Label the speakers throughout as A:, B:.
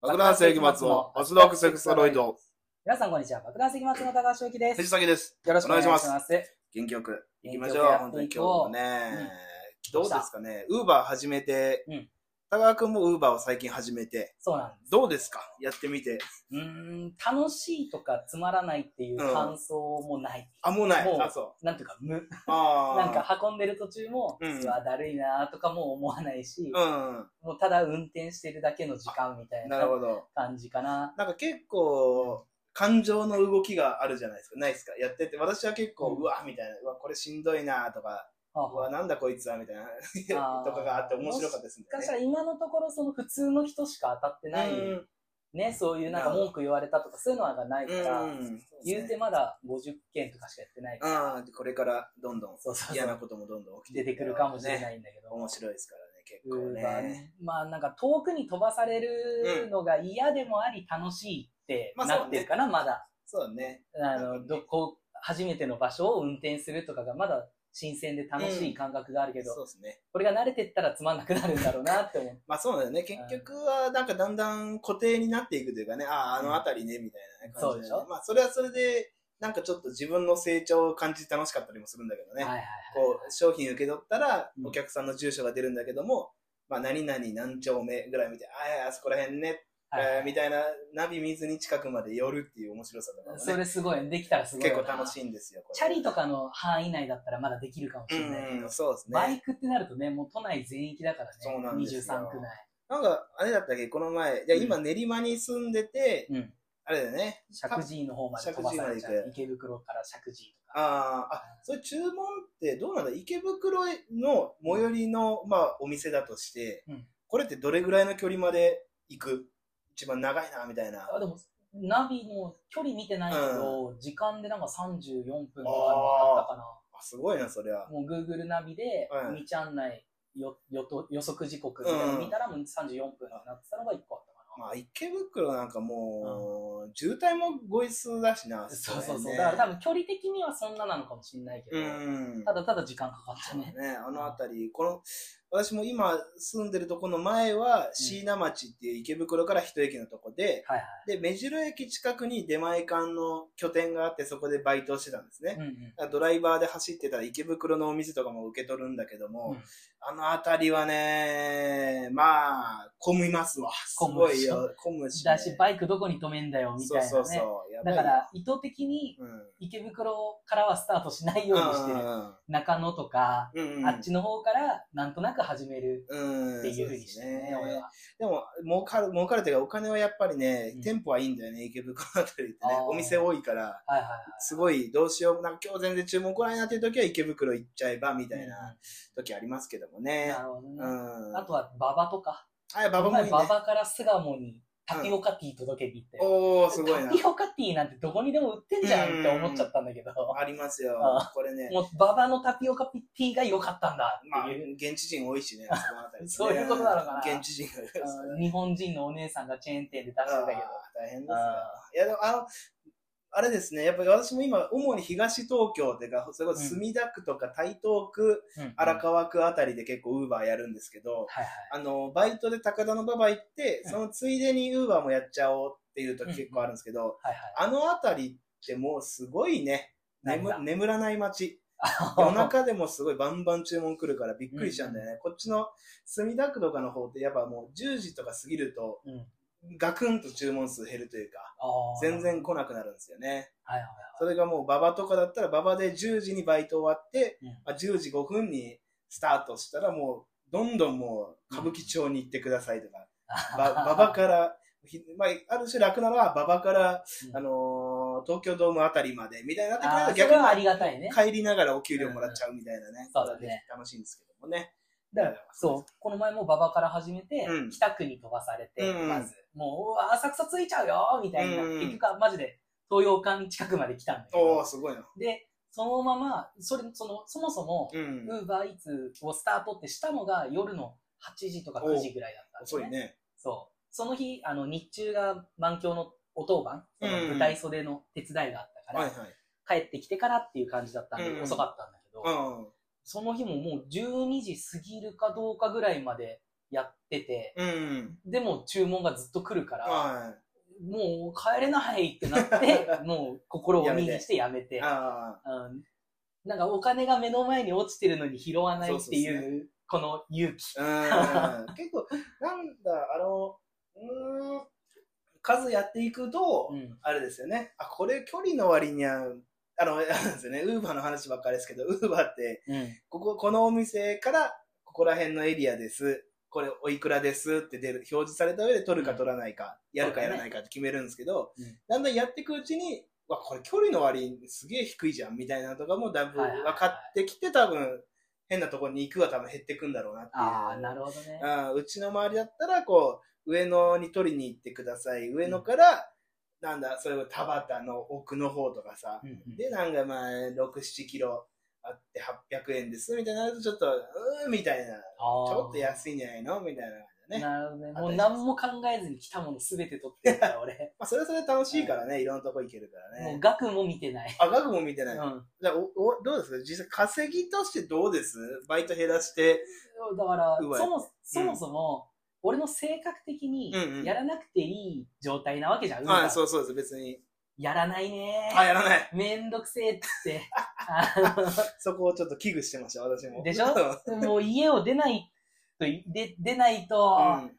A: 爆弾世紀末のマスドークセクストロイド、
B: 皆さんこんにちは。爆弾石松の高橋幸です。
A: 藤崎です。
B: よろしくお願いします。
A: お願元気よく行きましょう。本当に今日もね。
B: うん
A: どうですかね。ウーバー始めて
B: うん、
A: 高川くんもウーバーを最近始めて、
B: そうなんです。
A: どうですかやってみて。
B: うーん、楽しいとかつまらないっていう感想もない。
A: あ、もうない
B: も。う
A: あ、そ
B: なんていうか無。
A: う。あー
B: なんか運んでる途中も、
A: うん
B: うわ、だるいなとかも思わないし、
A: う
B: もうただ運転してるだけの時間みたい
A: ん。
B: な
A: なるほど。
B: 感じかな。
A: なんか結構、感情の動きがあるじゃないですか。ないですかやってて。私は結構、
B: うん
A: うわ、みたいな。うわ、これしんどいなとか、
B: はあ
A: う
B: はあ
A: わ、なんだこいつは、みたいな。
B: あー
A: とかがあって面白かったですね
B: し。かしたら今のところその普通の人しか当たってない、
A: うん
B: ね、そういうなんか文句言われたとかそういうのはないから、
A: うん
B: 言うてまだ50件とかしかやってないから、
A: ああ、これからどんどん
B: そうそうそ
A: 嫌
B: う
A: なこともどんどん起きて
B: 出てくるかもしれ
A: い。
B: ないんだけど、
A: 面白いですから
B: ウー
A: ね、
B: バ
A: 結
B: ー
A: 構ね。
B: ねまあなんか遠くに飛ばされるのが嫌でもあり楽しいって
A: まあ
B: なってるかな、まだ。
A: そうだね。
B: あ
A: なんか
B: の、
A: ね
B: どこ、初めての場所を運転するとかがまだ新鮮で楽しい感覚があるけど、
A: そうですね。
B: これが慣れてったらつまんなくなるんだろうなって思う。
A: まあそうだよね。結局は、なんかだんだん固定になっていくというかね、ああ、あの辺りね、みたいな感じ
B: そうでし
A: ね
B: ょ
A: まあそれはそれで、なんかちょっと自分の成長を感じて楽しかったりもするんだけどね。
B: はいはいはい。
A: こう、商品受け取ったら
B: う、ん
A: お客さんの住所が出るんだけども、まあ、何々何丁目ぐらいみたいな、ああ、あそこら辺ね、
B: はいはい
A: えーみたいな、ナビ見ずに近くまで寄るっていう面白さとかもね。
B: それすごい、できたらすごい
A: 結
B: よ
A: 構
B: な。
A: 楽しいんですよ、これ
B: チャリとかの範囲内だったらまだできるかもしれないけど、
A: うん、そうです
B: バイ
A: ね。
B: クってなるとね、もう都内全域だからね、
A: そうなんですよ
B: 23区内。
A: なんか、あれだったっけ、この前、いや、今練馬に住んでて、
B: うん。
A: あれだよね。
B: 石神井の方まで飛ばされ
A: 石
B: ちゃ
A: 神井まで行く。
B: う池袋から石神井とか。
A: あーあ、それ注文ってどうなんだ池袋の最寄りの、まあ、お店だとして、
B: うん
A: これってどれぐらいの距離まで行く一番長いな、みたいな。
B: あでも、ナビの距離見てないけど、時間でなんか34分とかだったかな。
A: あすごいな、そりゃ。
B: もう Google ナビで
A: うん、
B: 道案内、よよと予測時刻みたいなの見たら、もう34分になってたのが1個あったかな。
A: まあ、池袋なんかもう、渋滞もごい数だしな、
B: そうそうそ
A: れ
B: う。
A: ね
B: だから多分距離的にはそんななのかもしれないけど、
A: うん。
B: ただただ時間かかったね。
A: ね、あの辺り、この、私も今住んでるとこの前は、椎名町っていう池袋から一駅のとこで、
B: はい
A: で、目白駅近くに出前館の拠点があって、そこでバイトをしてたんですね。
B: はい。うんうん
A: だからドライバーで走ってたら池袋のお店とかも受け取るんだけども、
B: うん
A: あの辺りはね、まあ、混みますわ。す
B: 混む
A: ご
B: で
A: い
B: しょ
A: よ。混むし、ね。
B: だし、バイクどこに止めんだよ、みたいなね。
A: そうそうそう。やば
B: だ
A: いよ
B: から、意図的に
A: うん。
B: 池袋からはスタートしないようにしてる、中野とか、
A: うんうんうん。
B: あっちの方からなんとなく始める
A: うん。
B: っていうふうにしてる
A: そうです
B: ね、俺は。
A: でも、儲かる、儲かるというか、お金はやっぱりね、
B: うん
A: 店舗はいいんだよね、池袋あたりってね
B: あー。
A: お店多いから、
B: はいはいはい。
A: すごい、どうしよう、なんか今日全然注文来ないなっていう時は池袋行っちゃえば、み
B: み
A: たいな。時ありますけどもね
B: な。るほど
A: う
B: ね。
A: ん。
B: あとは、馬場とか。
A: あ、ババもいいね。
B: 馬場から巣鴨にタピオカティー届けに行って。
A: おー、すごいな
B: タ。ピオカティーなんてどこにでも売ってんじゃんって思っちゃったんだけど、
A: ありますよ
B: あ。
A: これね。
B: もう馬場のタピオカティーが良かったんだ
A: まあ、
B: っていう。
A: 現地人多い しね、そのあたりね
B: そういうことなのかな
A: 現地人が多いですから
B: うん日本人のお姉さんがチェーン店で出してた
A: あー
B: けど。
A: 大変ですよ
B: あ。
A: いや、でも、あの、あれですね、やっぱり私も今、主に東東京っていうか、それこそ墨田区とか台東区、
B: うん
A: 荒川区あたりで結構ウーバーやるんですけど、
B: はいはい。
A: あの、バイトで高田の馬場行って、
B: うん
A: そのついでにウーバーもやっちゃおうっていう時結構あるんですけど、
B: はい
A: あのあたりってもうすごいね、眠
B: なんだ
A: 眠らない 街。
B: はい。
A: 夜中でもすごいバンバン注文来るからびっくりしちゃうんだよね。こっちの墨田区とかの方ってやっぱもう10時とか過ぎると、
B: うん
A: ガクンと注文数減るというか、
B: あー
A: 全然来なくなるんですよね。
B: はいはい
A: それがもう馬場とかだったら馬場で10時にバイト終わって、
B: うん
A: まあ、10時5分にスタートしたらもうどんどんもう歌舞伎町に行ってくださいとか、ば 馬場から、ひまあ、ある種楽なのは馬場から、
B: うん
A: あのー東京ドームあたりまでみたいになってくれ
B: あー
A: た
B: それは
A: ら逆
B: あり
A: に
B: がたいね。
A: 帰りながらお給料もらっちゃうみたいなね。
B: うんそうだね
A: 楽しいんですけどもね。
B: だからそう、この前も馬場から始めて、
A: うん
B: 北区に飛ばされて、
A: うん
B: まず、もう、うわ、浅草着いちゃうよみたいな、
A: うん
B: 結局はマジで東洋館近くまで来たんだけ
A: お
B: ど
A: ー、、すごいな。
B: で、そのまま、それ、その、そもそも、
A: うん。
B: ウーバーイーツをスタートってしたのが夜の8時とか9時ぐらいだったんです
A: 遅い
B: ね。
A: ね。
B: そう。その日、あの、日中が満響のお当番、その舞台袖の手伝いがあったか
A: はい
B: ら、
A: はい。
B: 帰ってきてからっていう感じだったんで、
A: うん
B: 遅かったんだけど、
A: うん。
B: その日ももう12時過ぎるかどうかぐらいまでやってて、
A: うん。
B: でも注文がずっと来るから、
A: は
B: もう帰れないってな って、もう心を鬼にしてやめ
A: い。
B: て。
A: あ
B: うんなんかお金が目の前に落ちてるのに拾わないってい、
A: そうそう
B: この勇気。
A: あ。うん。結構、なんだ、あの、うーん、数やっていくと、
B: うん
A: あれですよね。あ、これ距離の割には、あの、あ れなんですよね。ウーバーの話ばっかりですけど、ウーバーって、ここ、このお店から、ここら辺のエリアです。これ、おいくらですって出る、表示された上で取るか取らないか、やるかやらないかって決めるんですけど、
B: うん
A: だんだんやっていくうちに、わ、これ距離の割にすげえ低いじゃん、みたいなのとかもだいぶ
B: はいはいはい
A: 分かってきて、多分、変なところに行くは多分減ってくんだろうなっていう。
B: ああ、なるほどね。
A: あーうちの周りだったら、こう、上野に取りに行ってください。上野から、なんだ、それを田畑の奥の方とかさ。
B: うんうん
A: で、なんかまあ、6、7キロあって800円です、みたいになると、ちょっと、うーん、みたいな。ち
B: あー
A: ょっと安いんじゃないのみたいな感じだね。
B: なるほどね。
A: あ
B: もう何も考えずに来たものすべて取ってるか ら、俺。
A: まあ、それはそれで楽しいからね、いろんなとこ行けるから
B: もう
A: ね。
B: 額も見てない。
A: あ、額も見て
B: う
A: ない
B: ん。。
A: じゃあおおどうですか実際稼ぎとしてどうですバイト減らして。
B: だから、
A: うまい
B: そも、そもそも、俺の性格的に
A: うんうん、
B: やらなくていい状態なわけじゃん。運が
A: あそうそうです、別に。
B: やらないね
A: あ、やらない。
B: めんどくせえっつって。あ
A: そこをちょっと危惧してました、私も。
B: でしょの もう家を出ないと、で出ないと、
A: うん。
B: 今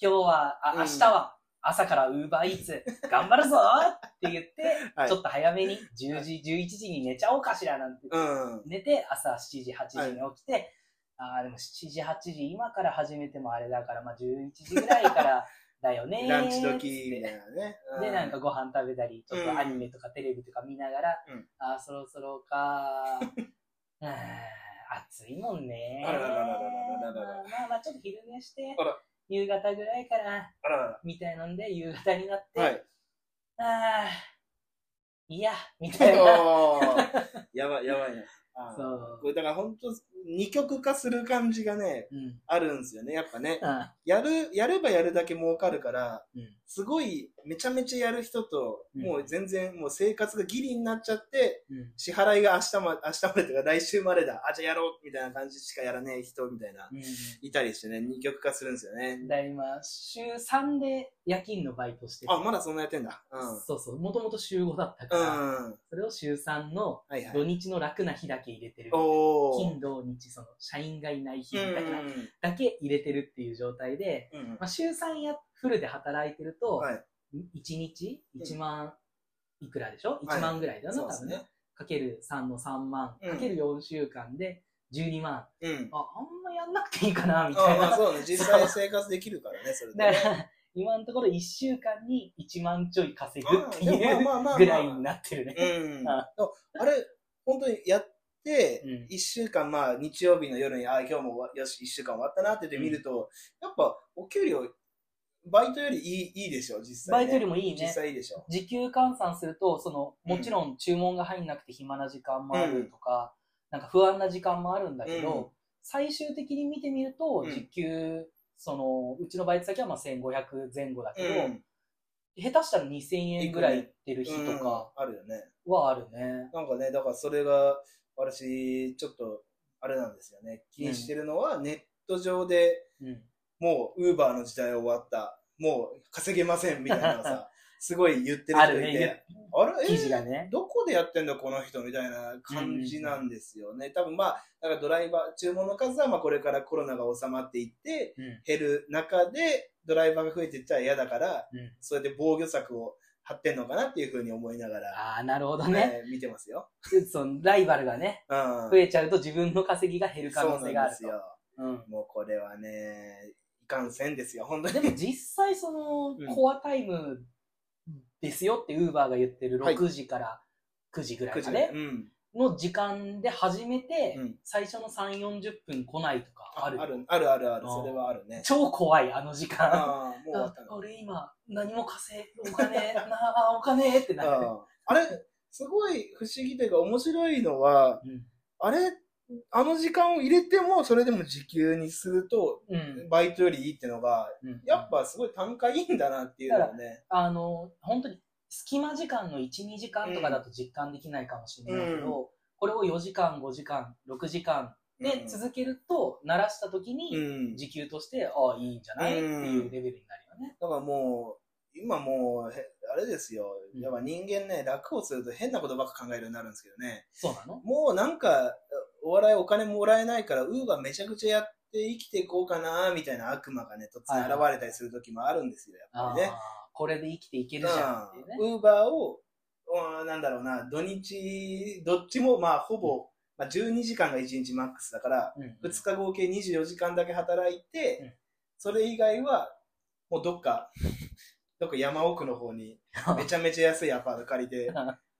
B: 日は、あ
A: うん
B: 明日は朝からウーバーイーツ頑張るぞって言って、
A: はい
B: ちょっと早めに10時、11時に寝ちゃおうかしらなんて、
A: うん。
B: 寝て朝7時、8時に起きて、ああ、でも7時、8時、今から始めてもあれだから、まあ11時ぐらいからだよ ね
A: ランチ時みたいなね。う
B: で、なんか、ご飯食べたり、ちょっとアニメとかテレビとか見ながら、
A: うん
B: ああ、そろそろか ー。うーん暑いもんねー。
A: あららららららららら
B: まあまあ、ちょっと昼寝して
A: あら、
B: 夕方ぐらいから、
A: あらら
B: みたいなんで、夕方になって、
A: ら。はい。
B: ああ、いや、みた いな。
A: おーやばい、やばいな。あー
B: そう
A: これだから本当二極化する感じがね、
B: うん。
A: あるんですよね。やっぱね。
B: あ
A: やる、やればやるだけ儲かるから、
B: うん
A: すごい、めちゃめちゃやる人と、
B: うん
A: もう全然、もう生活がギリになっちゃって、
B: うん
A: 支払いが明日ま、明日までとか来週までだ。あ、じゃあやろうみたいな感じしかやらねえ人みたいな、いたりしてね、二極化するんですよね。
B: だ今、週3で夜勤のバイトしてて
A: あ、まだそんなやってんだ。うん。うん。
B: そうそう、もともと週5だったから、
A: は
B: それを週3の
A: いはい。
B: 土日の楽な日だけ入れてる。
A: おー。
B: 金、土、日、その、社員がいない日だけ
A: うん
B: だけ入れてるっていう状態で、
A: うんうん
B: まあ、週3やフルで働いてると、
A: はい
B: 一1日
A: うん
B: 1万いくらでしょ
A: はい
B: ?1 万ぐらいだよね、
A: そうで
B: 多
A: す
B: 分ね
A: ね。。
B: かける3の3万、
A: うん
B: かける4週間で12万。
A: うん。
B: あ、あんまやんなくていいかな、みた
A: あ
B: い
A: まあ
B: な。
A: そうね。実際生活できるからね、それで
B: だ
A: ね。
B: から、 今のところ1週間に1万ちょい稼ぐ
A: あ
B: って
A: でもまあまあ
B: いう
A: まあまあ
B: ぐらいになってるね。
A: うん。
B: あ
A: あれ、本当にやって
B: うん、
A: 一週間、まあ日曜日の夜に、あ今日もよし、一週間終わったなって言って見ると、やっぱお給料、バイトよりいいいいでしょ、実
B: バ
A: 際、
B: イ
A: ね。
B: トよりもいい
A: 実
B: ね。
A: 際いいでしょ。
B: 時給換算すると、その、
A: うん
B: もちろん注文が入んなくて暇な時間もあるとか、なんか不安な時間もあるんだけど、
A: うん
B: 最終的に見てみると
A: う、ん
B: 時給、その、うちのバイト先はまあ1500前後だけ
A: う
B: ど、
A: ん。
B: 下手したら2000円ぐらいいってる日とか
A: うんあるよね。
B: はあるね。
A: なんかね、だからそれが、私、ちょっと、あれなんですよね。気にしてるのは、ネット上で、
B: うん。
A: もう、ウーバーの時代終わった。もう、稼げません、みたいなの さ、すごい言ってる
B: あ
A: 人
B: る
A: いて
B: ね。、
A: あれえー
B: 記事がね。
A: どこでやってんだ、この人、みたいな感じなんですよね。多分まあ、だからドライバー、注文の数は、まあ、これからコロナが収まっていって、
B: うん。
A: 減る中で、ドライバーが増えていったら嫌だから、
B: うん
A: そうやって防御策を張ってんのかなっていうふうに思いながら、
B: ああ、なるほどね。
A: えー見てますよ。
B: その、ライバルがね、
A: うん。
B: 増えちゃうと自分の稼ぎが減る可能性がある
A: そうなんですよ。
B: と。うん。
A: もうこれはね、いかんせんですよ、本当に。
B: でも実際その
A: うん
B: コアタイムですよってウーバーが言ってる
A: はい
B: 6時から9時ぐらいま
A: ね
B: で
A: うん。
B: の時間で始めて
A: うん
B: 最初の3、40分来ないとかある。
A: ある、あるあるある
B: うん
A: それはある ね。
B: 超怖い、あの時間。
A: ああ、もう終わ
B: あ
A: ったの。
B: 俺今何も稼い、お金、 なあ、お金ってなる。
A: あああれ、すごい不思議というか面白いのは、
B: うん
A: あれ、あの時間を入れても、それでも時給にすると、
B: うん。
A: バイトよりいいってのが、
B: うん
A: やっぱすごい単価いいんだなっていうのをね。
B: あの、本当に隙間時間の1、2時間とかだと実感できないかもしれないけど、これを4時間、5時間、6時間、で、続けると、鳴らした時
A: う
B: に、
A: ん。
B: 時給として、ああ、いいんじゃないって
A: うん
B: いうレベルになるよね。
A: だからもう、今もう、へあれですよ。
B: うん
A: やっぱ人間ね、楽をすると変なことばっか考えるようになるんですけどね。
B: そうなの
A: もうなんか、お笑いお金もらえないから、ウーバーめちゃくちゃやって生きていこうかな、みたいな悪魔がね、突然現れたりする時もあるんですよ、やっ
B: あ
A: ぱ
B: あ
A: りね。
B: これで生きていけるじゃんっていうね。
A: ウーバーを、うんなんだろうな、土日、どっちも、まあ、ほぼ、まあ、12時間が1日マックスだから、
B: うん
A: 2日合計24時間だけ働いて、
B: うん
A: それ以外は、もうどっか、 どっか山奥の方に、めちゃめちゃ安いアパート借り て、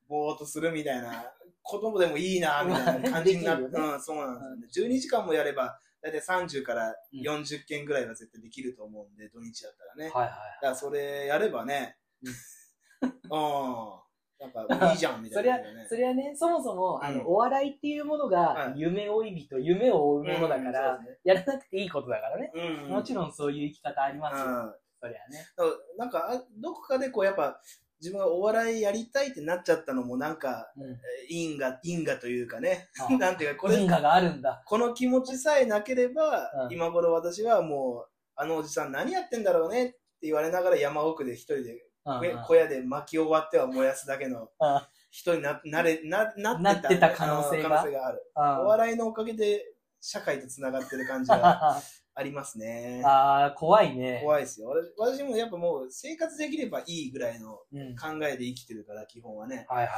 A: ぼーっとするみたいな、子供でもいいな、みたいな感じになって、
B: できるよ
A: うん、そうなんですよね。12時間もやれば、だいたい30から40件ぐらいは絶対できると思うんで、土日だったらね。
B: はいはい。
A: だからそれやればね、 うん。なんかいいじゃんみたいな、ね。
B: それはね、そもそも、あ
A: う
B: の、
A: ん
B: お笑いっていうものが
A: は、
B: 夢追い人、夢を追うものだから、
A: うん、
B: やらなくていいことだからね。
A: そうですねうん、
B: もちろんそういう生き方ありますよ。
A: うん
B: そりゃね。
A: なんか、あどこかでこう、やっぱ、自分がお笑いやりたいってなっちゃったのも、なんか、
B: うん
A: え因果、因果というかね。
B: ああ
A: なんていうか、これ
B: 因、果があるんだ。
A: この気持ちさえなければ、
B: うん
A: 今頃私はもう、あのおじさん何やってんだろうねって言われながら山奥で一人で、
B: うんうん
A: 小屋で巻き終わっては燃やすだけの
B: うん
A: 人にななれななってた
B: なってた可能性
A: うん
B: が
A: 可能性がある。お笑いのおかげで社会とつながってる感じが
B: あ。
A: ありますね
B: あー、怖いね。
A: 怖いですよ。私私もやっぱもう生活できればいいぐらいの
B: うん。
A: 考えで生きてるから、基本はね。
B: はい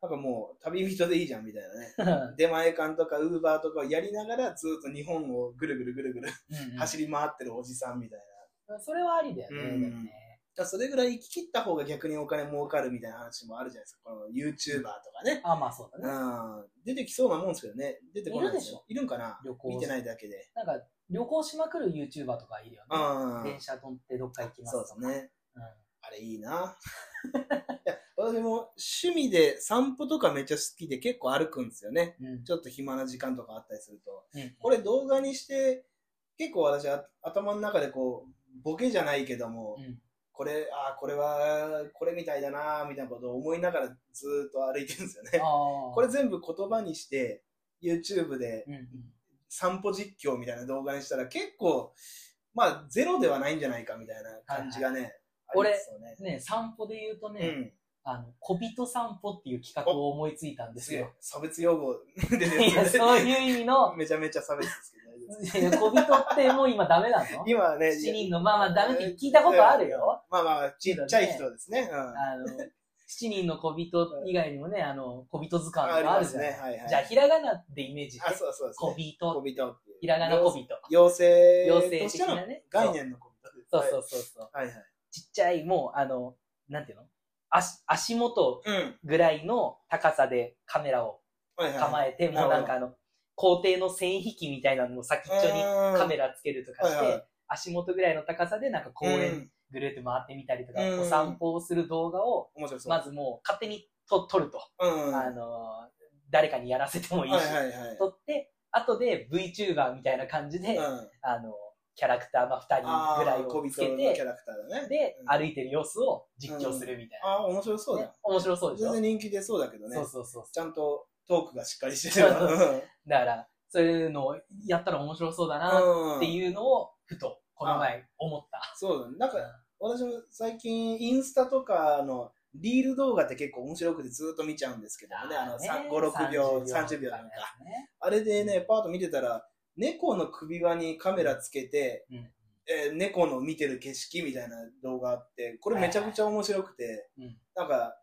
A: なんかもう旅人でいいじゃんみたいなね。
B: はいは
A: 出前館とかウーバーとかをやりながらずっと日本をぐるぐるぐるぐる
B: い。うんうん
A: 走り回ってるおじさんみたいな。
B: それはありだよね。
A: うん
B: でもね
A: だからそれぐらい生き切った方が逆にお金儲かるみたいな話もあるじゃないですか。この YouTuber とかね。
B: あ、まあそうだね。
A: うん。出てきそうなもんですけどね。出てこないよいるんかな
B: 旅行
A: 見てないだけで。
B: なんか、旅行しまくる YouTuber とかいるよね。
A: うん。
B: 電車乗ってどっか行きます
A: そう
B: と
A: で
B: か。
A: すね。
B: うん。
A: あれいいな。いや私も趣味で散歩とかめっちゃ好きで結構歩くんですよね。
B: うん
A: ちょっと暇な時間とかあったりすると。
B: うん
A: これ動画にして結構私あ頭の中でこうボケじゃないけども、
B: うん
A: これ、ああ、これはこれみたいだなみたいなことを思いながらずーっと歩いてるんですよね。
B: ああ。
A: これ全部言葉にして YouTube で
B: うんうん、
A: 散歩実況みたいな動画にしたら結構まあゼロではないんじゃないかみたいな感じがね、
B: はいはい
A: ありますよね。
B: ね、散歩で言うとね、
A: うん
B: あの、小人散歩っていう企画を思いついたんですよ。
A: 差別用語でです
B: いや、そういう意味 の、
A: めちゃめちゃ差別ですけど大丈夫です。
B: いや小人ってもう今ダメなの
A: 今はね、
B: 七人のまあまあダメって聞いたことあるよ。。
A: まあまあ、ちっちゃい人ですね。うん
B: あの、七人の小人以外にもね、あの、小人図鑑とかあ
A: ありま
B: るじ
A: す
B: ゃな
A: ね。
B: い、
A: はいはい。
B: じゃあ、ひらがなでイメージして
A: あ、。そうそうです
B: 小
A: ね。
B: 人、
A: びと。
B: ひらがな小人。
A: 妖精。
B: 妖精
A: とし
B: 的
A: ての
B: なね。
A: 概念の小人です。
B: そうそうそうそう。
A: はいはい。
B: ちっちゃい、もう、あの、なんていうの足、足元
A: うん。
B: ぐらいの高さでカメラを
A: はいはい。
B: 構えて、もうなんかあの、校庭の線引きみたいなのを先っちょにカメ
A: ラ
B: ラつけるとかして、
A: はいはい
B: 足元ぐらいの高さでなんか公園。ぐるっと回ってみたりとか、
A: うん
B: お散歩をする動画を、
A: 面白そう。
B: まずもう勝手にと撮ると、
A: うん。
B: あ
A: はい
B: のー、誰かにやらせてもいいし、
A: はいはい。
B: 撮って、後で VTuber みたいな感じで、
A: うん
B: あのー、キャラクター、まあ、2人ぐ
A: あ
B: らい
A: ー小
B: を
A: 人
B: つけ
A: のキャ
B: て、
A: ラクターだね。
B: で、
A: うん
B: 歩いてる様子を実況するみたいな。
A: ああ、面白そう
B: ね
A: だ。
B: 面白そうでしょ
A: 全然人気出そうだけどね
B: そう。そうそう。
A: ちゃんとトークがしっかりしてる
B: そう
A: うん
B: だから、そういうのをやったら面白そうだな
A: っ
B: っていうのを、ふと、この前思った。
A: そうだね。なんか、私も最近、インスタとかの、リール動画って結構面白くてずっと見ちゃうんですけどもね、あの、さん5、6秒、30秒なんか。あれでね、パート見てたら、猫の首輪にカメラつけて、
B: うんうん
A: えー猫の見てる景色みたいな動画あって、これめちゃくちゃ面白くて、
B: うん
A: なんか、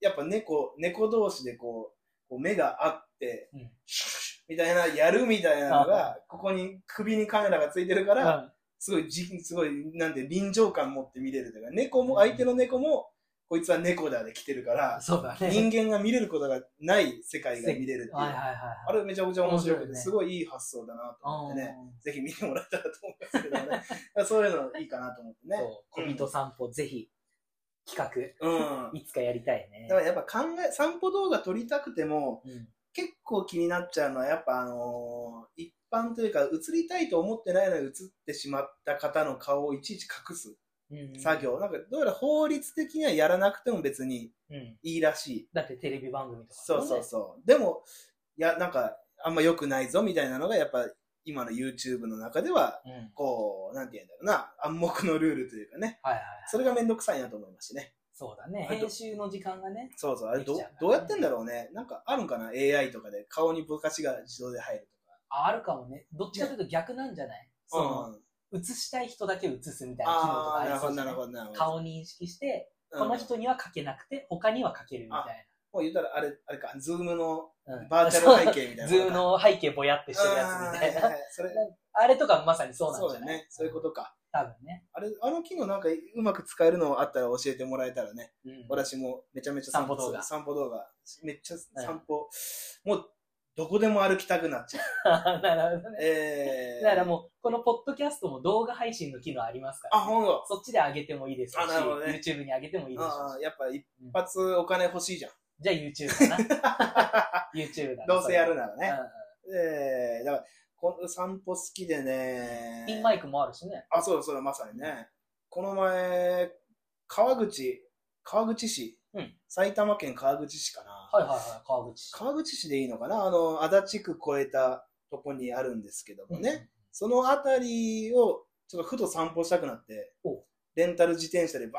A: やっぱ猫、猫同士でこう、こう目が合って、
B: うん
A: シュッシュッみたいな、やるみたいなのが、ここに首にカメラがついてるか
B: う
A: ら、
B: ん
A: すごいじ、すごい、なんで臨場感持って見れるというか、猫も、相手の猫も、こいつは猫だで来てるから、
B: そうだね。
A: 人間が見れることがない世界が見れるっていう。
B: はいはいはい
A: あれめちゃくちゃ面白く
B: 面白い
A: て、
B: ね
A: すごいいい発想だなと思
B: は
A: っ
B: い。
A: てね、ぜひ見てもらえたらと思いますけどね。だから そういうのいいかなと思って
B: うん
A: ね。
B: そう、小人散歩、ぜひ、企
A: うん
B: 画、。いつかやりたいね
A: だ。からやっぱ考え、散歩動画撮りたくても、
B: うん
A: 結構気になっちゃうのは、やっぱあのー一般というか、映りたいと思ってないのに映ってしまった方の顔をいちいち隠す
B: うん
A: 作業。なんか、どうやら法律的にはやらなくても別に
B: うん
A: いいらしい。
B: だってテレビ番組とかね。
A: そうそうそう。でも、いや、なんか、あんま良くないぞみたいなのがやっぱ今の YouTube の中では、
B: うん。はい
A: こう、なんて言うんだろうな、暗黙のルールというかね、
B: はい。
A: それがめんどくさいなと思いましてね。
B: そうだね。
A: あと
B: 編集の時間がね。
A: そうそう、あれどう
B: できちゃうか
A: ど
B: らね
A: うやってんだろうね。なんかあるんかな ?AI とかで顔にぼかしが自動で入る
B: あ、あるかもね。どっちかというと逆なんじゃない
A: とか。
B: その、
A: ん。
B: 映したい人だけ映すみたいな機能
A: あ
B: とか
A: あ、
B: あ
A: なる
B: り
A: ほ
B: そ
A: ど、
B: うじ
A: な
B: ゃな
A: る
B: い
A: ほど、なるほど。
B: 顔認識して、
A: うん、
B: この人には書けなくて、他には書けるみたい
A: もう言うたら、あれ、あれか、ズームの
B: な。うん
A: バーチ ャル背景みたいな。
B: ズームの背景ぼやってしてるやつみたい
A: あーは
B: な。
A: ははそれ、
B: あれとかまさにそうなん
A: そう
B: じ
A: だ
B: ゃない
A: ね。そういうことか。
B: 多分ね。
A: あれ、あの機能なんかうまく使えるのあったら教えてもらえたらね。
B: うん
A: 私もめちゃめちゃ散歩
B: 散歩動画
A: 散歩動画。めっちゃ散歩。もう、どこでも歩きたくなっちゃう。
B: なるほどね。
A: えー。
B: だからもう、このポッドキャストも動画配信の機能ありますから、
A: あ、ほんと。
B: そっちで上げてもいいですし、
A: あなるほどね
B: YouTube に上げてもいいです
A: ああ、やっぱ一
B: うん
A: 発お金欲しいじゃん。
B: し、じゃあ YouTube だな。YouTube だな。
A: どうせやるなら
B: それ
A: ね。ええだから、この散歩好きで
B: う
A: ね
B: ん。ピンマイクもあるしね。
A: あ、そうそう、まさにね。この前、川口、川口市、
B: うん
A: 埼玉県川口市かな。
B: はいはいはい、川口。
A: 川口市でいいのかなあの、足立区越えたとこにあるんですけどもね。そのあたりを、ちょっとふと散歩したくなって
B: お、
A: レンタル自転車でバ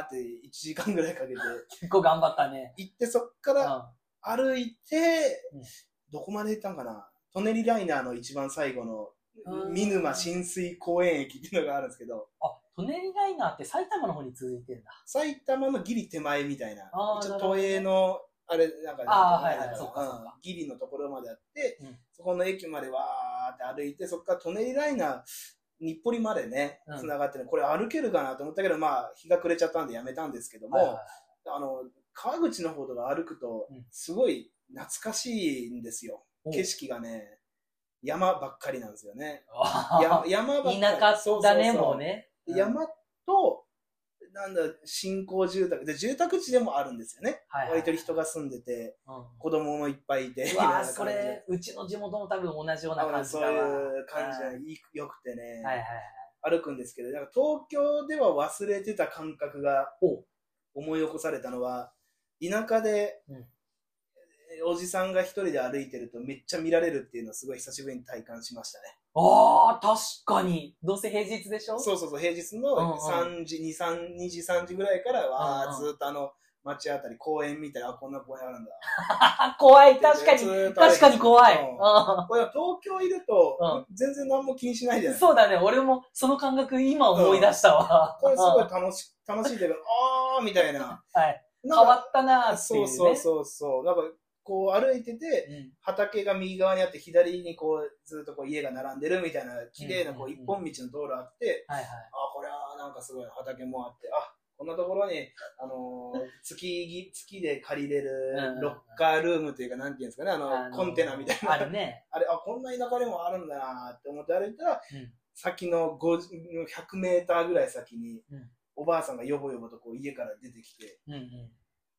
A: ーって1時間ぐらいかけて、
B: 結構頑張ったね。
A: 行ってそっか
B: うん。
A: ら歩いて
B: うん、
A: どこまで行ったんかなトネリライナーの一番最後の
B: う、ん
A: 見沼浸水公園駅っていうのがあるんですけど、
B: あ、トネリライナーって埼玉の方に続いてんだ。
A: 埼玉のギリ手前みたいな
B: あ、ー
A: 一
B: な
A: 応
B: るほ
A: 都
B: どね
A: 営の、あれ、なんかね、
B: あーはいはい
A: なん
B: そっかそっか
A: ギリのところまであって
B: うん、
A: そこの駅までわーって歩いて、そこから舎人ライナー、日暮里までね
B: う、ん
A: 繋がってる。これ歩けるかなと思ったけど、まあ、日が暮れちゃったんでやめたんですけど
B: はいはい
A: も、あの、川口の方とか歩くと
B: うん、
A: すごい懐かしいんですよ。
B: お
A: 景色がね、山ばっかりなんですよね。
B: あ
A: や山ばっかり。
B: 田
A: そう
B: 舎だ
A: そ
B: ね、
A: うそう
B: もうね。
A: で山と、なんだ、新興住宅。で、住宅地でもあるんですよね。
B: はいはい
A: 割と人が住んでて、
B: うんう
A: 子供もいっぱいいて。みたいな
B: わ
A: 感
B: あ、
A: じで
B: それ、うちの地元も多分同じような
A: あ
B: 感
A: の
B: じだ
A: そう
B: わ。
A: いう感じ
B: はい
A: で、いい良くてね、
B: はいはい。
A: 歩くんですけど、なんか東京では忘れてた感覚が
B: お
A: 思い起こされたのは、田舎で、
B: うん
A: おじさんが一人で歩いてるとめっちゃ見られるっていうのをすごい久しぶりに体感しましたね。
B: ああ、確かに。どうせ平日でしょ
A: そうそうそう、平日
B: うんう
A: の
B: ん
A: 3時、2、3、2時、3時ぐらいから、わ
B: うん
A: ー、
B: うん
A: ずーっとあの、街あたり、公園見たら、あ、こんな公園あるんだ。
B: あ 怖い、確か
A: ず
B: に。
A: ーっと歩いて
B: 確かに怖い。
A: うん
B: う
A: これ東京いると、全然何も気にしないじゃ
B: ん
A: ない
B: そうだね、俺もその感覚今思い出したわ。
A: これすごい楽し、楽しいと いうか、あーみたいな。
B: はい。
A: 変
B: 変わったなーっていう
A: そう
B: ね。
A: そうそうそう。なんか、こう歩いてて、
B: うん
A: 畑が右側にあって、左にこう、ずっとこう家が並んでるみたいな、綺麗なこ
B: うん
A: う、
B: うんうん
A: 一本道の道路あって、
B: はいはい。
A: あ、これはなんかすごい畑もあって、あ、こんなところに、あのー月ぎ、月で借りれる
B: うんうんうん
A: ロッカールームというか、なんていうんですかね、あの、
B: あのー
A: コンテナみたいな。
B: あるね。
A: あれ、あ、こんな田舎でもあるんだなって思って歩いたら、
B: うん
A: 先の50 100メーターぐらい先に、
B: うん
A: おばあさんがよぼよぼとこう家から出てきて、
B: うんうん。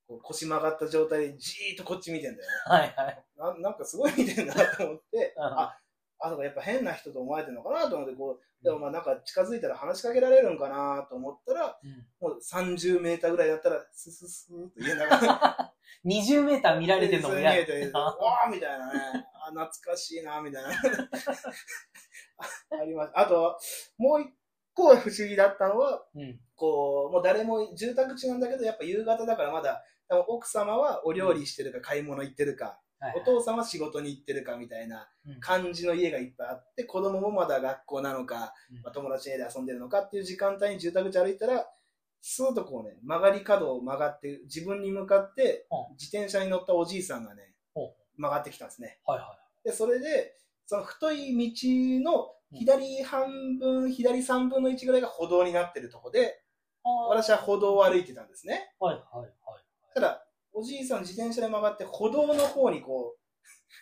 A: こう腰曲がった状態でじーっとこっち見てんだよね。
B: はいはい。
A: ななんかすごい見てんだなと思って、
B: うん
A: あ、あとかやっぱ変な人と思われてるのかなと思って、こう、でもまあなんか近づいたら話しかけられるんかなと思ったら、
B: うん
A: もう30メーターぐらいだったら、スススーって家の 中に
B: 20メーター見られてるのも嫌
A: 見えて るわーみたいなね。あ、懐かしいなみ たいな。ああります。あと、もう一個不思議だったのは、
B: うん。
A: こう、もう誰も住宅地なんだけど、やっぱ夕方だからまだ、多分奥様はお料理してるか買い物行ってるか、
B: はいはい
A: お父さんは仕事に行ってるかみたいな
B: うん
A: 感じの家がいっぱいあって、子供もまだ学校なのか、
B: うん
A: まあ友達の家で遊んでるのかっていう時間帯に住宅地歩いたら、スーッとこうね、曲がり角を曲がって、自分に向かって
B: う、
A: 自転車に乗ったおじいさんがね
B: うん、
A: 曲がってきたんですね。
B: はいは
A: で、それで、その太い道の左半分、左三分の一ぐらいが歩道になってるとこで、
B: い。
A: 私は歩道を歩いてたんですね。
B: はいはいは
A: ただ、おじいさん自転車で曲がって歩道の方にこ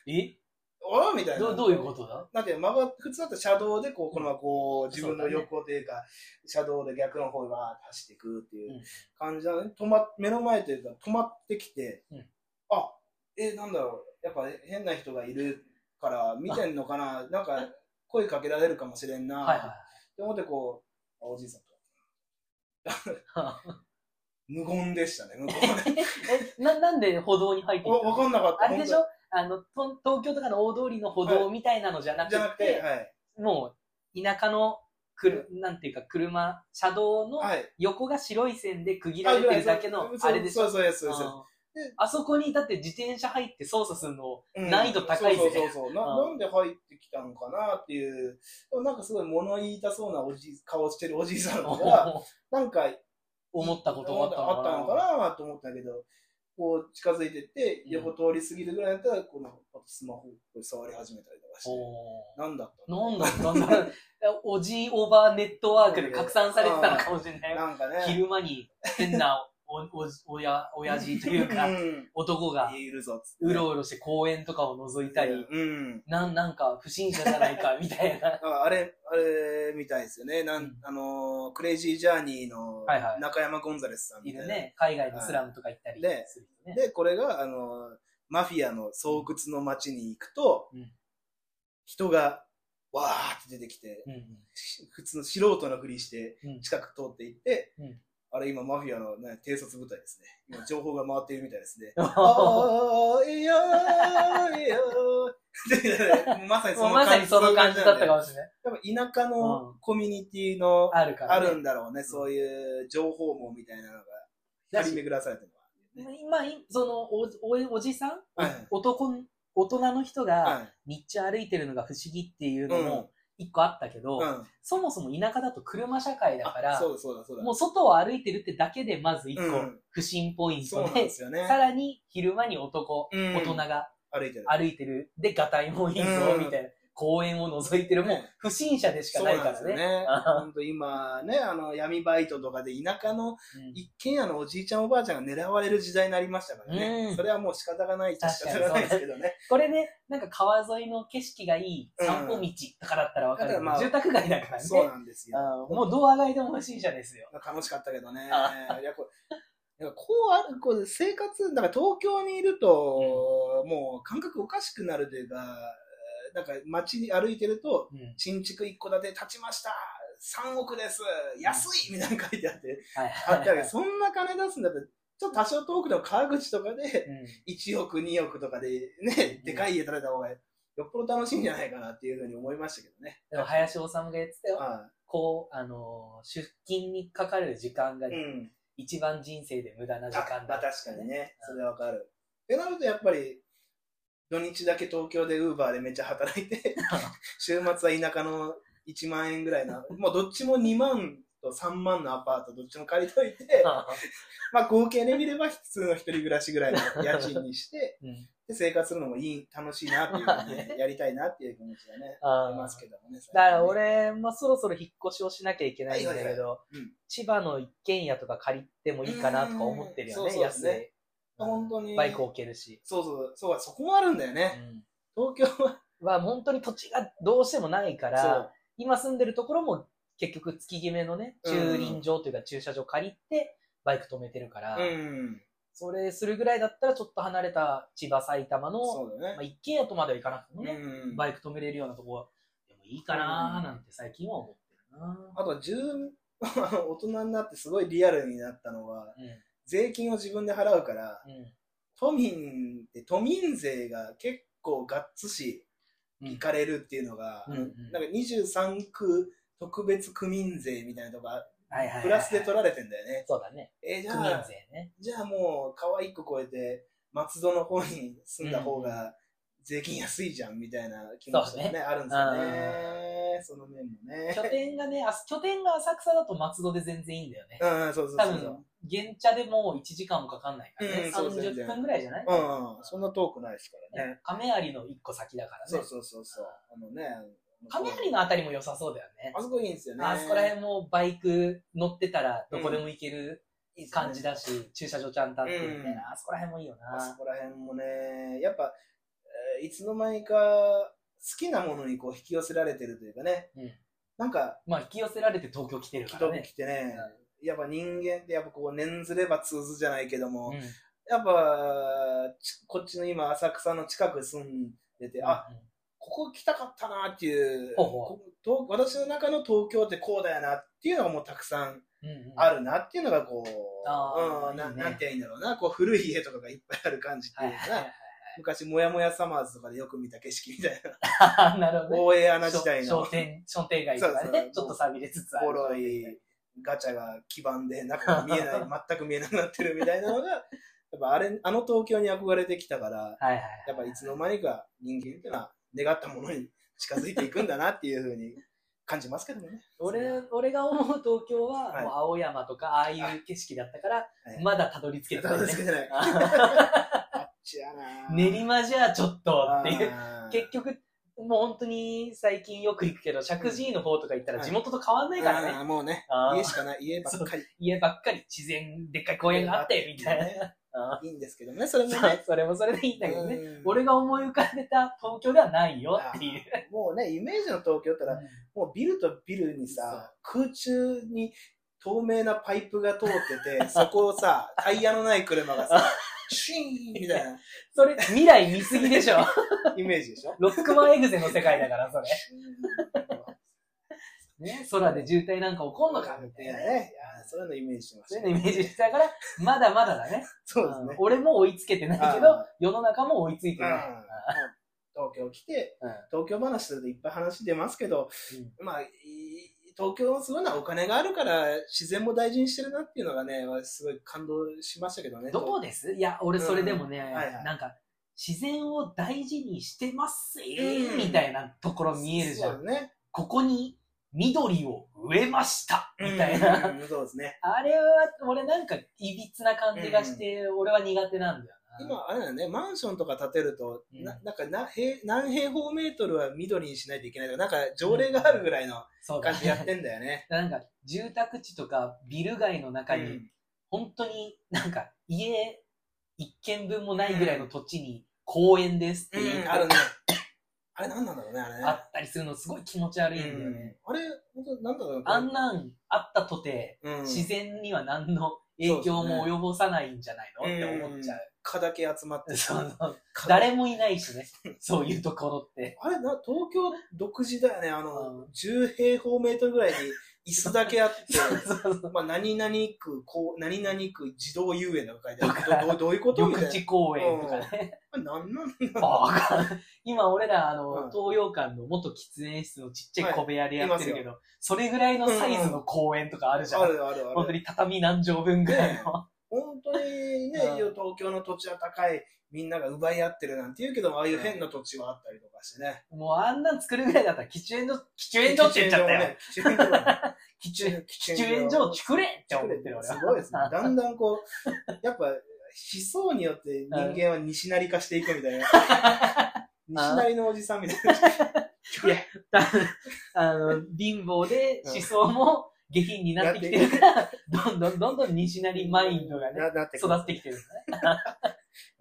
B: い。
A: う、おらみた
B: え
A: いな。
B: どどういうことだ
A: なんていうの曲がっ普通だったら車道でこう、このままこう、自分の
B: そうだね
A: 横というか、車道で逆の方にわーって走っていくっていううん感じなのに、止ま、目の前というか止まってきて、
B: うん
A: あ、えーなんだろう、やっぱ変な人がいるから見てんのかな、なんか声かけられるかもしれんな、
B: はい はい。
A: って思ってこう、あおじいさんと。無言でしたね、無言で。
B: え、な、なんで歩道に入ってい
A: わ
B: た
A: わ
B: の
A: かんなかった。
B: あれでしょあの、と東京とかの大通りの歩道みたいなのじゃなく
A: じ
B: て、
A: ゃなくて、はい。
B: もう田舎のくる、なんていうか車、車道の
A: はい。
B: 横が白い線で区切られてるだけの、あれでしょ。
A: そうそうですそうですそう
B: うん
A: で
B: あそこにだって自転車入って操作するの、
A: です。
B: 難易度高いぜ
A: そうそうそうそうな。
B: うん
A: なんで入ってきたのかなっていう、でもなんかすごい物言いたそうなおじ顔してるおじいさんとか、なんか
B: 思ったことがあった
A: あったのかなと思ったけど、こう近づいてって、
B: うん
A: 横通り過ぎるぐらいだったら、こうなんかスマホこう触り始めたりとかして、
B: おー
A: なんだったの
B: なん だったんだろうおじいおばネットワークで拡散されてたのかもしれない。
A: なんかね。
B: 昼間に変なお、お、おや、親父とい うか、
A: ん、
B: 男が
A: いるぞっつって。
B: うろうろして公園とかを覗いたり、
A: うん。
B: なん、なんか不審者じゃないか、みたいな。
A: ああれ、あれみたいですよね。なん、
B: うん
A: あのー、クレイジージャーニーの
B: はいはい
A: 中山ゴンザレスさんみ
B: い
A: たいな。
B: るね。海外のスラムとか行ったり
A: はい
B: する人ね。
A: で、これが、あのー、マフィアの巣窟の街に行くと、
B: うん
A: 人が、わーって出てきて、
B: うん
A: し普通の素人のふりして
B: うん、
A: 近く通って行って、
B: うん
A: あれ今マフィアの、ね、偵察部隊ですね。今情報が回っているみたいです ね。
B: うん
A: あーいやーいやー でまさにそ
B: もう
A: の
B: まさ
A: 感
B: に
A: じ
B: その感じだった
A: か
B: かもしれない。
A: 多分田舎
B: う
A: のコミュニティの
B: あるから、
A: あ
B: ね。
A: るんだろうね、そういう情報網みたいなのが
B: だ
A: 張
B: し
A: り巡らされてるのは、ね。
B: 今、いそのお、お、おじさん、
A: はい
B: 男ん、大人の人が
A: はい
B: 日中歩いてるのが不思議っていう
A: う
B: の
A: ん
B: も一個あったけど、
A: うん
B: そもそも田舎だと車社会だか
A: あ
B: ら、
A: そうだそうだそうだ。
B: もう外を歩いてるってだけでまず一個
A: うん
B: 不審ポイン
A: そう
B: ト
A: なん
B: で
A: で、すよね。
B: さらに昼間に男、
A: うん
B: 大人が
A: 歩いてる。
B: 歩いてる、で、ガタイもいいぞ
A: う、ん
B: みたいな、公園を覗いてる、もう不審者でしかないから
A: そうなんです
B: ね。
A: よね。本当今ね、あの闇バイトとかで田舎の
B: うん
A: 一軒家のおじいちゃんおばあちゃんが狙われる時代になりましたからね。
B: うん
A: それはもう仕方がないっちゃ仕方がないですけどね。
B: これね、なんか川沿いの景色がいい散歩道とかだったらわかるけど、
A: うんだからまあ
B: 住宅街だから ね。
A: そうなんですよ。
B: あーもうドア外でも不審者ですよ。
A: 楽しかったけどね。い
B: あ
A: やこうなんかこうあるこう生活、だから東京にいると、もう感覚おかしくなるというか、なんか街に歩いてると、
B: うん
A: 新築一戸建て建ちました !3 億です安いみたいなの書いてあって、
B: はい
A: あ
B: は
A: っ
B: い
A: た
B: はい
A: けど、そんな金出すんだったら、ちょっと多少遠くでも川口とかで、
B: うん
A: 1億、2億とかでね
B: う、ん
A: でかい家建てた方がよっぽど楽しいんじゃないかなっていうふうに思いましたけどね。
B: でも林修が言ってたよ。
A: あ
B: こう、あのー、出勤にかかる時間が
A: あうん。
B: 一番人生で無駄な時
A: あ
B: 間
A: まあ
B: だ。
A: 確かにね、それはわかる。ってなるとやっぱり、土日だけ東京でウーバーでめっちゃ働い て、週末は田舎の1万円ぐらい な、もうどっちも2万と3万のアパートどっちも借りといて、まあ合計で見れば普通の一人暮らしぐらいの家賃に して、
B: うん
A: で生活するのもいい、楽しいなっていう
B: まあ
A: か
B: ね
A: ね、 やりたいなっていう気持ちがね、
B: あ
A: あり
B: ー
A: ますけどもね。
B: だから
A: 最近ね
B: 俺、まあ、そろそろ引っ越しをしなきゃいけないんだけど、
A: はいはいうん
B: 千葉の一軒家とか借りてもいいかなとか思ってるよ
A: うん
B: ね、
A: そうそうです
B: 安
A: ね
B: い。
A: 本当に
B: バイク置けるし。
A: そうそう、そうだ、そこもあるんだよね。東京は。
B: うん、は本当に土地がどうしてもないから、今住んでるところも結局月決めのね、駐輪場というか駐車場借りて、バイク止めてるから、
A: そう。うん。
B: それするぐらいだったらちょっと離れた千葉、埼玉の、
A: そうだ
B: まあ、
A: ね。
B: 一軒家とまではいかなくてもね、
A: うん。
B: バイク止めれるようなとこは、でもいいかなーなんて最近は思ってるな
A: あと、十、 大人になってすごいリアルになったのは、税金を自分で払うから、
B: うん。うん
A: 都民って、都民税が結構がっつし、
B: うん
A: 行かれるっていうのが、
B: うんうん
A: なんか23区特別区民税みたいなとこ、
B: はいはいはいはい
A: プラスで取られてんだよね。
B: そうだね。
A: えー、じ
B: 区
A: ゃ
B: 民
A: あ、
B: 税ね。
A: じゃあもう、川一個越えて、松戸の方に住んだ方が、税金安いじゃん、みたいな気持ち
B: そう
A: がね、
B: ね
A: あるんですよね。その面もね。
B: 拠点がね、あ拠点が浅草だと松戸で全然いいんだよね。
A: うん、そうそう
B: 多
A: そうそう
B: 分。、現茶でもう1時間もかかんないからね。
A: うんそうそう
B: 30分ぐらいじゃない、
A: うん、そんな遠くないですからね。
B: ね亀有の1個先だからね。
A: そうそうそうそう。あのね、
B: 亀有のあたりも良さそうだよね。
A: あそこいいんですよね。
B: あそこら辺もバイク乗ってたらどこでも行ける
A: いいっすね
B: 感じだし、駐車場ちゃんとあってみたいな、あそこら辺もいいよ
A: あそ
B: な。
A: こら辺もね、やっぱ、えーいつの間にか、好きなものにこう引き寄せられてるというかね、
B: うん
A: なんか、
B: まあ引き寄せられて東京来てる
A: 来
B: からね。
A: てね、やっぱ人間ってやっぱこう、念ずれば通ずじゃないけども、
B: うん
A: やっぱ、ちこっちの今、浅草の近く住んでて、あ、、ここ来たかったなっていう、
B: ほうほう
A: こ東私の中の東京ってこうだよなっていうのがもうたくさん
B: うんうん
A: あるなっていうのがこう、
B: あー
A: うん、ない
B: いね
A: なんて言うんだろうな、こう古い家とかがいっぱいある感じって
B: はいいうは
A: か
B: い
A: な、
B: はい
A: 昔、もやもやサマーズとかでよく見た景色みたい
B: あ なるほ
A: な、
B: ど、ね。
A: 大江穴時代
B: 商
A: の
B: 商店、商店街とか
A: そうそ
B: ね
A: う、
B: ちょっと錆びれつつある。
A: ボロいガチャが基盤で中が見えない、 全く見えなくなってるみたいなのが、やっぱあれ、あの東京に憧れてきたから、
B: はいはい。
A: やっぱいつの間にか人間ってのは願ったものに近づいていくんだなっていうふうに感じますけど ね。
B: 俺、俺が思う東京は、
A: はい
B: もう青山とか、ああいう景色だったから、
A: はい
B: まだたどり着けて
A: た
B: ない、
A: どり着けて
B: ね。
A: ない。 ちやな
B: 練馬じゃちょっとっていう。
A: あー
B: 結局、もう本当に最近よく行くけど、石神井の方とか行ったら
A: はい
B: 地元と変わんないからね。
A: あーもうね
B: あ、ー
A: 家しかない、家ばっかり。
B: 家ばっかり、自然、でっかい公園があって、みたいな。
A: ね。
B: あ
A: いいんですけどね、それも
B: ー
A: ね。
B: そうそれもそれでいいんだけどね。
A: うん
B: 俺が思い浮かべた東京ではないよっていう。
A: もうね、イメージの東京って言ったら、もうビルとビルにさ、空中に透明なパイプが通って て、そこをさ、タイヤのない車がさ、シーンみたいな
B: それ、未来見すぎでしょ。
A: イメージで しょ
B: ロックマンエグゼの世界だから、それ。
A: シーン
B: ね、空で渋滞なんか起こんのかみたい
A: いや
B: な
A: ね、い
B: ね。
A: やそういうのイメージしてまし
B: そうい
A: た
B: う。のイメージしたから、まだまだだね。
A: そうですね
B: うん。俺も追いつけてないけ
A: あ
B: ど
A: あ、
B: 世の中も追いついて
A: うん
B: ない。
A: 東京来て、
B: うん
A: 東京話するといっぱい話出ますけど、まあ、い東京のすごいのはお金があるから自然も大事にしてるなっていうのがね、すごい感動しましたけどね。
B: どこですいや、俺それでもね、
A: うんはいはい
B: なんか、自然を大事にしてます、
A: うん
B: みたいなところ見えるじゃ
A: そ
B: ん。
A: うね。
B: ここに緑を植えました、みたいな。
A: うんそうですね。
B: あれは、俺なんか、いびつな感じがして、俺は苦手なんだよな。
A: 今、あれだよね、マンションとか建てると、
B: うん
A: ななんかな平何平方メートルは緑にしないといけないとか、なんか条例があるぐらいの
B: そう
A: 感
B: だね。
A: じでやってんだよね
B: なんか、住宅地とかビル街の中
A: う
B: に、
A: ん
B: 本当になんか、家一軒分もないぐらいの土地に公園ですっていう、
A: うんあるね。あれ何なんだろうね、あれね。
B: あったりするのすごい気持ち悪いんだよ
A: う
B: ね。
A: んあれ、本当なんだろうね
B: あんなんあったとて、
A: うん
B: 自然には何の影響も及ぼさないんじゃないの、って思っちゃう。
A: 蚊だけ集まって
B: そ
A: さ、
B: の
A: 蚊
B: 誰もいないしね、そういうところって。
A: あれな、東京独自だよね。あ
B: う
A: の
B: ん、
A: 10平方メートルぐらいに椅子だけあって、
B: そうそう
A: まあ、何々区、こう、何々区児童遊園とか書いて
B: と
A: あ
B: か
A: る。どどどういうことみたい
B: 緑
A: な。
B: 地公園とかね。
A: あなんなん
B: わかんない 今俺らあの、
A: うん
B: 東洋館の元喫煙室のちっちゃい小部屋でやってる
A: はい
B: け
A: い
B: ど、それぐらいのサイズの公園とかあるじゃん。
A: あるあるあ
B: 本当
A: る。
B: に畳何畳分ぐらいの。
A: 本当にね、
B: うん
A: 東京の土地は高い、みんなが奪い合ってるなんて言うけど、ああいう
B: うん
A: 変な土地はあったりとかしてね。
B: もうあんなん作るぐらいだったら、喫煙所、喫煙所って言っちゃったよ。
A: 喫煙所ね。
B: 喫
A: 喫煙
B: 煙
A: 所
B: 喫煙所を作れって思ってる俺
A: す
B: は。
A: ごいです ね。だんだんこう、やっぱ思想によって人間は西成化していくみたいな。 西成のおじさんみたいな。
B: いや あの、貧乏で思想も下品になってきてるから、ど んどんどんどん西成マインドがね、
A: ななってく
B: 育
A: る
B: ってきてるんだね。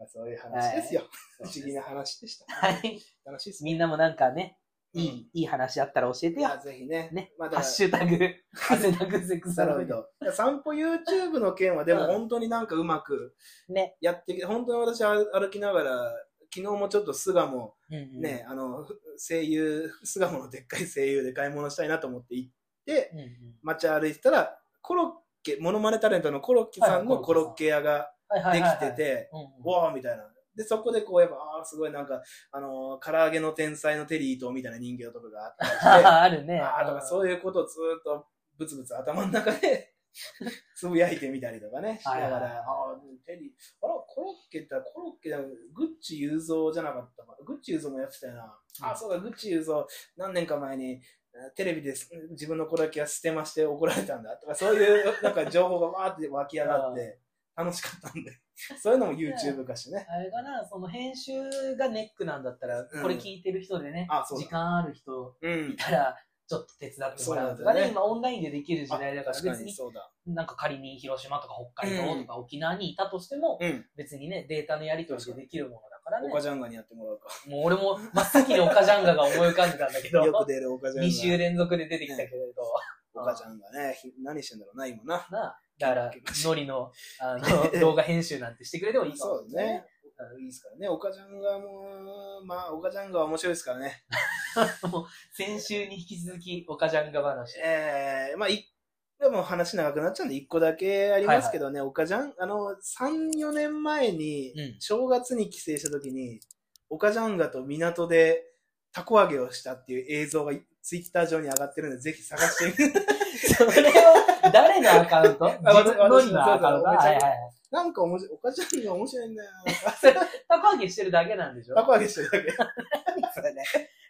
A: そういう話ですよ。不思議な話でした。
B: はい。
A: 楽しいですね。
B: みんなもなんかね、いい、
A: うん
B: いい話あったら教えて
A: い
B: よ
A: や、。ぜひね。
B: ね、
A: まだ
B: ハッシュタ グ、ハッシュタグセクサロイド。
A: 散歩 YouTube の件はでも
B: うん
A: 本当になんかうまく
B: ね
A: やってきて、本当に私は歩きながら、昨日もちょっと巣鴨、ね、あの、ふ声優、巣鴨のでっかい声優で買い物したいなと思って行って、
B: うんうん。
A: 街歩いてたら、コロッケ、モノマネタレントのコロッケさんの
B: はい
A: コロッケ屋が
B: はいは
A: で
B: いはい
A: き
B: は
A: て
B: い。
A: て、
B: うんうん
A: わーみたいな。で、そこでこう、やっぱ、ああー、すごいなんか、あのー唐揚げの天才のテリーとみたいな人形とかがあったりして、
B: あるね。
A: ああ、とか
B: う
A: そういうことをずーっとブツブツ頭の中で つぶやいてみたりとかね、しなが
B: はいはいはい
A: ら、ああ、テリー、あら、コロッケって言ったらコロッケだ、グッチ雄三じゃなかったか。グッチ雄三もやってたよな。
B: うん
A: あ、そうだ、グッチ雄三、何年か前に、えーテレビです自分のコロッケは捨てまして怒られたんだとか、そう いうなんか情報がわーって湧き上がって、楽しかったんで、 そういうのも YouTube 化してね。
B: あれかな、その編集がネックなんだったら、
A: うん
B: これ聞いてる人でね
A: あ、そうだ
B: 時間ある人
A: うん
B: い。たら、ちょっと手伝ってもらうと
A: そうな
B: か
A: んだよ
B: ね、
A: ね
B: 今オンラインでできる時代だから、
A: 確か
B: 別
A: に
B: に、
A: そうだ。
B: なんか仮に広島とか北海道とか沖縄にいたとしても、
A: うん。
B: 別にね、データのやり取りでできるものだからね。
A: 岡ジャンガにやってもらうか。
B: もう俺も真っ先にオカジャンガが思い浮かんでたんだけど、
A: よく出る岡ジャンガ。
B: 2週連続で出てきたけれど、
A: お母ちゃんがね、ひ何してんだろうな、今な。
B: なあ、だから、ノリの、あの、動画編集なんてしてくれてもいいかも
A: そうですね。。いいですからね。お母ちゃんがもう、まあ、お母ちゃんが面白いですからね。
B: 先週に引き続き、岡ジャンガ話。
A: ええまあ、一でも話長くなっちゃうんで、一個だけありますけどね、おかじゃん、あの、3、4年前に、
B: うん
A: 正月に帰省した時に、おかじゃんがと港で、たこ揚げをしたっていう映像がツイッター上に上がってるんで、ぜひ探してみ て
B: それを、誰のアカウント
A: あ
B: 自分のりのアカウント。
A: 私
B: はいはいはい。
A: なんか面白い、おかちゃんが面白いんだよ
B: たこ揚げしてるだけなんでしょ
A: な。たこ揚げしてるだけ。
B: それね。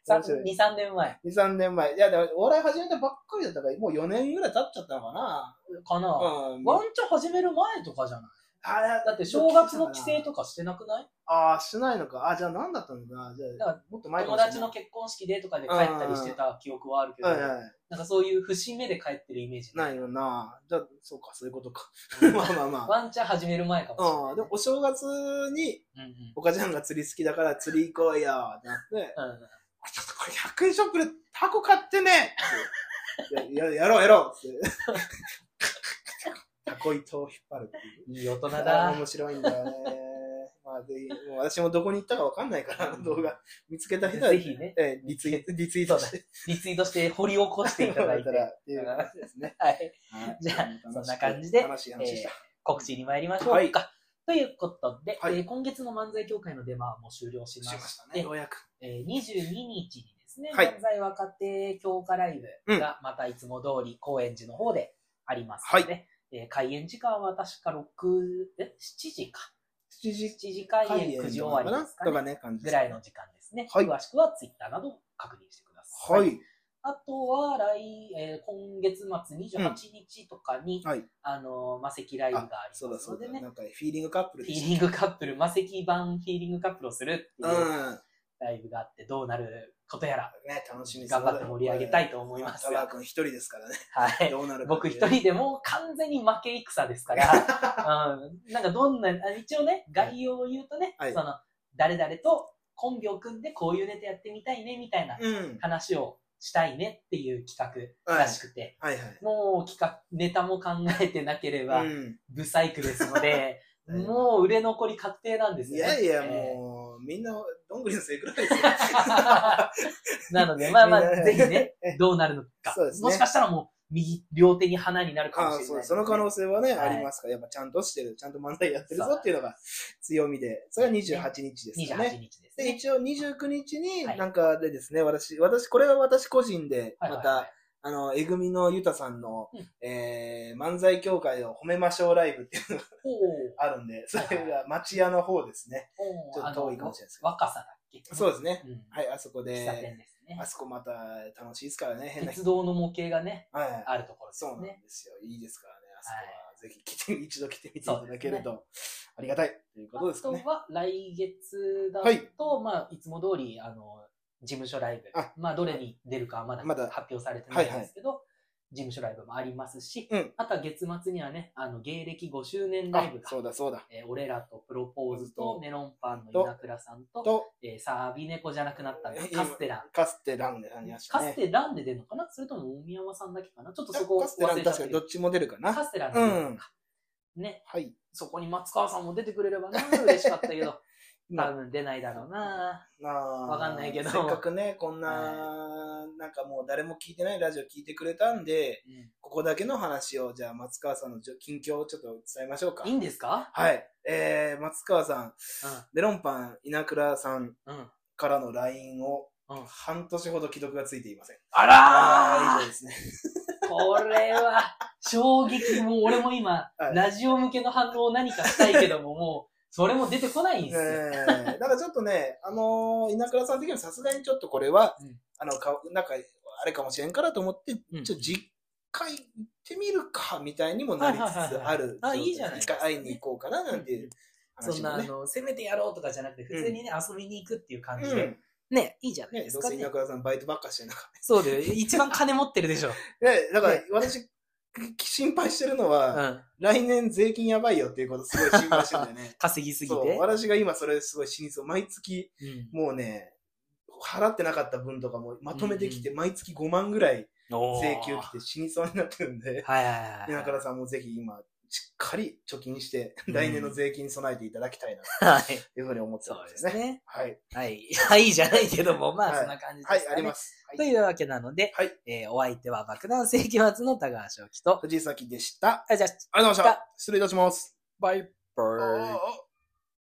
A: 面白い
B: 2、3年前
A: 2、3年前。いや、でも、お笑い始めたばっかりだったから、もう4年ぐらい経っちゃったのかな。
B: かな。
A: うん。
B: ワンチャン始める前とかじゃない
A: あ
B: だって正月の帰省
A: と
B: とかしてなくない
A: ああ、しないのか。あ、じゃあ何だったんだな。じ
B: だ
A: ゃあ
B: から、
A: もっと 前か
B: 友
A: もしれない
B: 達の結婚式でとかで帰ったりしてた記憶はあるけど、
A: はい
B: な
A: はい。
B: んかそういう節目で帰ってるイメージない。
A: ないよな。じゃあ、そうか、そういうことか。
B: うん
A: まあまあまあ。
B: ワンチャン始める前かもしれな
A: う
B: い
A: ん、でもお正月に、
B: うんうん。
A: おかちゃんが釣り好きだから釣り行こうよってなって、
B: う
A: あちょっとこれ100円ショップでタコ買ってねってやややろうやろう って。タコ糸を引っ張るってい
B: んいい大人
A: う。あ
B: だ
A: ー。面白いんだよね。まあ、ぜひ、もう私もどこに行ったかわかんないから、あの動画見つけた人は、
B: ぜひね
A: えーリツイリツイートして
B: リツイートして掘り起こしていただいて。
A: らっていう話ですね。
B: はい。
A: はい
B: じゃあ
A: 楽しく
B: そんな感じで
A: 楽しい話でした。
B: 告知に参りましょうか。
A: はい
B: ということで、
A: はい
B: えー今月の漫才協会のデマはもう終了し
A: し
B: まし
A: ま
B: て、
A: したね、ようやく。
B: えー22日にですね、
A: はい
B: 漫才若手強化ライブがまたいつも通り高円寺の方でありますので、えー開演時間は確か6、え、7時か。
A: 7
B: 7時開演9時終わりですか
A: とか
B: ね。
A: ね、感じ
B: ぐ
A: です
B: らいの時間ですね。
A: はい
B: 詳しくはツイッターなどを確認してください。
A: はい。
B: あとは来、えー今月末28日とかに、
A: はい
B: あのー、魔石ライブがあります
A: そうだそ
B: の
A: う
B: で
A: だ。
B: ね、
A: なんか、フィーリングカップル
B: フィ
A: でし
B: ーリングカップル、魔石版フィーリングカップルをするって
A: た。
B: いう
A: うん。
B: ライブがあって、どうなることやら、
A: ね、楽しみです
B: 頑張って盛り上げたいと思います
A: 田
B: が
A: 川君一人ですからね。
B: はい。
A: どうなるか
B: 僕一人でもう完全に負け戦で すから、うん、なんかどんな、あ一応ね、概要を言うとね、
A: はい
B: その、誰々とコンビを組んでこういうネタやってみたいね、みたいな
A: うん。
B: 話をしたいねっていう企画
A: はい
B: らしくて、
A: はいはい。
B: もう企画、ネタも考えてなければ
A: う、ん。
B: ブサイクですの で、
A: うん
B: もう売れ残り確定なんです
A: い
B: よ、ね。
A: やいや、
B: えー
A: もう、みんな、どんぐりの背くらいですよ。
B: なので、まあ まあ、
A: みんな
B: ぜひね
A: ええ、
B: どうなるのか。
A: そうですね
B: もしかしたらもう、右、両手に花になるかも
A: あ
B: しれ
A: あ
B: ない、
A: そうその可能性はね、
B: はい
A: ありますから、やっぱちゃんとしてる、ちゃんと漫才やってるぞっていうのが強みで、それは28日ですよ
B: 28
A: ね。
B: 日です
A: で、
B: ね。
A: 一応29日に、
B: はい
A: なんかでですね、私、私、これは私個人で、
B: は
A: ま
B: いはいは
A: た
B: い、
A: あの、えぐみのゆたさんの
B: うん、
A: えー漫才協会を褒めましょうライブっていうのが
B: おー
A: あるんで、それが町屋の方ですね。
B: おー
A: ちょっと遠いかもしれないですけど
B: あの若さだっけ
A: そうですね。
B: うん。
A: はい、あそこ
B: 喫茶店
A: で、
B: ですね
A: あ。そこまた楽しいですからね、変な 人。
B: 鉄道の模型がね、
A: はい。
B: あるところです
A: そうなん
B: ね。
A: ですよ。いいですからね、あそこは。ぜひ来て、一度来てみていただける
B: そ
A: と、ありがたいということですか
B: あ
A: ね。
B: とは来月だ
A: はい
B: と、い、まあ、いつも通り、あの、事務所ライブ。
A: あ
B: まあ、どれに出るかはまだ
A: まだ
B: 発表されてないんですけど、事務所ライブもありますし、
A: うん
B: あとは月末にはね、あの、芸歴5周年ラ
A: あ
B: イブ、が、
A: そうだそうだ。
B: えー俺らとプロポーズと
A: と
B: メロンパンの稲倉さんと、
A: と、
B: えーサービネコじゃなくなったんだ
A: えー
B: カステラ。
A: かつてランでありました
B: カス
A: ね。
B: テランで出るのかなそれとも大宮山さんだけかなちょっとそこ
A: カステラ
B: 忘
A: ン、
B: れちゃっ
A: 確か
B: てる
A: にどっちも出るかな。
B: カステランで出るのか。ね、
A: はい。
B: そこに松川さんも出てくれれ ばな、嬉しかったけど、多
A: ま
B: 分出ないだろうな。
A: あ、わ
B: わかんないけど
A: せっかくね、こんな、なんかもう誰も聞いてないラジオ聞いてくれたんで、ここだけの話を、じゃあ松川さんのじょ近況をちょっと伝えましょうか
B: いい。んですか
A: はい。えー、松川さん、メロンパン、稲倉さん
B: うん。うん。
A: からの LINE を、
B: うん
A: 半年ほど既読がついていません。
B: あ
A: ああ、以上
B: ら
A: ですね。
B: ーこれは、衝撃。もう俺も今、
A: はい
B: ラジオ向けの反応を何かしたいけども、もう、それも出てこないんですよ。
A: えーだからちょっとね、あのー稲倉さん的にはさすがにちょっとこれは、
B: うん
A: あの、かなんか、あれかもしれんからと思って、
B: うん
A: ちょっと実家行ってみるか、みたいにもなりつつある。
B: はいはいはいはいあいいじゃないです
A: 一
B: か
A: 回会いに行こうかな、なんていう
B: そ
A: 話
B: ん
A: も
B: な、あ
A: ね。
B: の、せめてやろうとかじゃなくて、普通にね、遊びに行くっていう感じで。ね、いいじゃ
A: うん。ね、どうせ稲倉さんバイトばっかしてなかっ
B: そうだよ。一番金持ってるでしょ。
A: た。ね、だから
B: ね
A: 私、き心配してるの
B: う
A: は、
B: ん。
A: 来年税金やばいよっていうことすごい心配してるんだよ ね。
B: 稼ぎすぎて。
A: そう、私が今それすごい死にそう。毎月、
B: うん
A: もうね、払ってなかった分とかもまとめてきて、毎月5万ぐらい
B: おー
A: 請求来て死にそうになってるんで、
B: はいはいはいはい。
A: 稲倉さんもぜひ今、しっかり貯金して、来年の税金に備えていただきたいな、
B: はい。
A: というふうに思って
B: そ
A: ま
B: うですす
A: ね。
B: ね。
A: はい。
B: はい。 はい、じゃないけども、ま
A: は
B: あ、
A: い
B: そんな感じですか
A: は
B: ね。
A: い、あります。
B: と
A: はい。
B: いうわけなので、
A: はい
B: えーお相手は爆弾世紀末の高橋沖と、
A: 藤井咲でした。
B: はい、じゃあ、
A: ありがとうございました。失礼いたします。
B: バイバ
A: おーおー